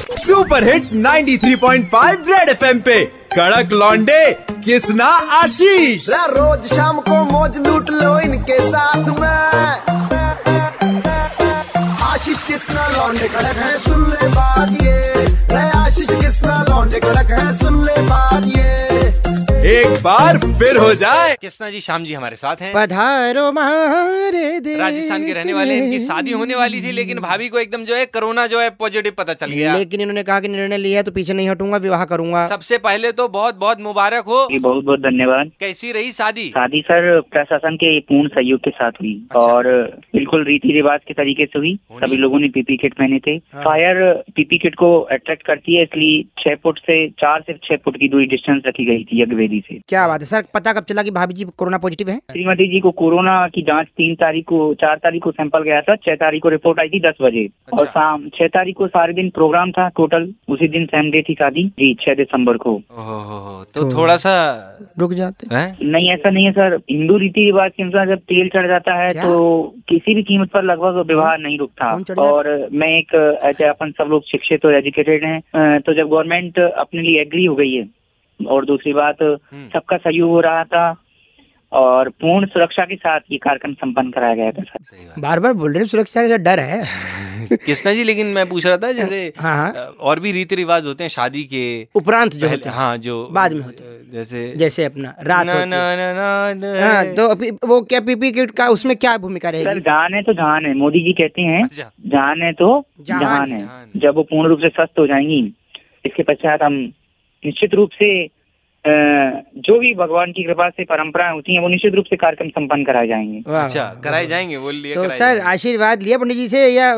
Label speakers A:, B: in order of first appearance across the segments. A: Super hits 93.5 red FM पे कड़क लौंडे किसना आशीष
B: ला रोज शाम को मौज लूट लो इनके साथ में आशीष किसना लौंडे कड़क है सुन ले बात ये रे आशीष किसना लौंडे कड़क है सुन ले बात ये
A: एक बार फिर हो जाए
C: तो कृष्णा जी शाम जी हमारे साथ हैं
D: पधारो मारे देश
C: राजस्थान के रहने वाले हैं। इनकी
D: में।
C: शादी होने वाली थी लेकिन भाभी को एकदम जो है कोरोना जो है पॉजिटिव पता चल गया
D: लेकिन इन्होंने कहा कि निर्णय लिया है तो पीछे नहीं हटूंगा विवाह करूंगा
C: सबसे पहले तो बहुत बहुत मुबारक हो
E: जी बहुत बहुत धन्यवाद
C: कैसी रही शादी
E: शादी सर प्रशासन के पूर्ण सहयोग के साथ हुई
C: अच्छा।
E: और बिल्कुल रीति रिवाज के तरीके से हुई
C: होनी
E: सभी लोगों ने पीपी किट पहने थे
D: हाँ।
E: फायर पीपी किट को अट्रैक्ट करती है इसलिए छह फुट से चार से छह फुट की दूरी डिस्टेंस रखी गई थी यज्ञवेदी से
D: क्या बात है सर पता कब चला कि भाभी जी कोरोना पॉजिटिव है
E: श्रीमती जी को कोरोना की जांच तीन तारीख को चार तारीख को सैंपल गया था छह तारीख को रिपोर्ट आई थी दस बजे और शाम छह तारीख को सारे दिन प्रोग्राम था टोटल उसी दिन सेम डे थी शादी जी छह दिसंबर को
C: ओहो तो थोड़ा सा
D: रुक जाते
C: हैं
E: नहीं ऐसा नहीं है सर हिंदू रीति रिवाज के अनुसार जब तेल चढ़ जाता है
D: क्या?
E: तो किसी भी कीमत पर लगभग विवाह नहीं
D: कौन चढ़
E: रुकता
D: जाता?
E: और मैं एक अ, ऐसे अपन सब लोग शिक्षित और एजुकेटेड हैं अ, तो जब गवर्नमेंट अपने लिए एग्री हो गई है और दूसरी बात
D: हम्म।
E: सबका सहयोग हो रहा था और पूर्ण सुरक्षा के साथ ये कार्यक्रम संपन्न कराया गया था सर
C: सही बात
D: बार बार बोल रहे हैं, सुरक्षा का डर है
C: कृष्णा जी लेकिन मैं पूछ रहा था जैसे
D: हाँ, हाँ।
C: अ, और भी रीति रिवाज होते हैं शादी के
D: उपरांत जो
C: पहले
D: होते हैं,
C: हाँ जो
D: बाद में होते
C: जैसे
D: जैसे अपना रात
C: ना,
D: होती है।
C: ना, ना, ना, ना,
D: हाँ तो अभी वो क्या पीपी किट का उसमें क्या भूमिका
E: सर
D: रहेगी
E: जान है तो जहान है मोदी जी कहते हैं
C: अच्छा। हाँ,
E: जान है तो
D: जहान
E: जहान
D: है। हाँ।
C: जहान
E: है जब वो पूर्ण रूप से स्वस्थ हो जाएंगी इसके पश्चात हम निश्चित रूप से अ, जो भी भगवान की कृपा से परंपराएं होती हैं वो निश्चित रूप से कार्यक्रम संपन्न कराए जाएंगे
D: वाह,
C: अच्छा कराए जाएंगे बोल लिए
D: तो
C: कराए
D: सर
C: जाएंगे।
D: आशीर्वाद लिया पंडित जी से या अ,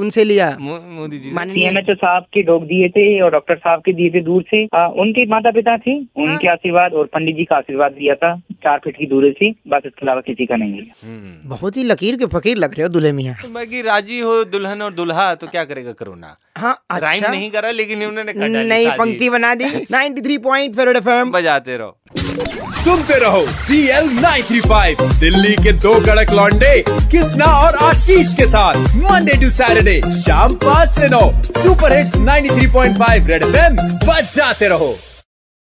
D: उनसे लिया
C: मो- मोदी जी से।
D: माननीय
E: सीएमएचओ साहब के ढोक दिए थे और डॉक्टर साहब के दिए थे दूर से अ, उनके माता पिता थे उनके आशीर्वाद और पंडित जी का आशीर्वाद दिया था चार फीट की दूरी से बस इसके अलावा किसी का नहीं है
C: हम्म।
D: बहुत ही लकीर के फकीर लग रहे हो दुल्हे मियाँ
C: तो बाकी राजी हो दुल्हन और दुल्हा तो क्या करेगा कोरोना
D: हाँ
C: राइम
D: अच्छा
C: नहीं करा लेकिन उन्होंने कर डाली
D: नई
C: शादी।
D: पंक्ति बना दी 93.5 थ्री पॉइंट एफएम
C: बजाते रहो
A: सुनते रहो सी एल दिल्ली के दो कड़क लौंडे किसना और आशीष के साथ मंडे टू सैटरडे शाम पाँच से नौ सुपर हिट्स 93.5 रेड एफएम बजाते रहो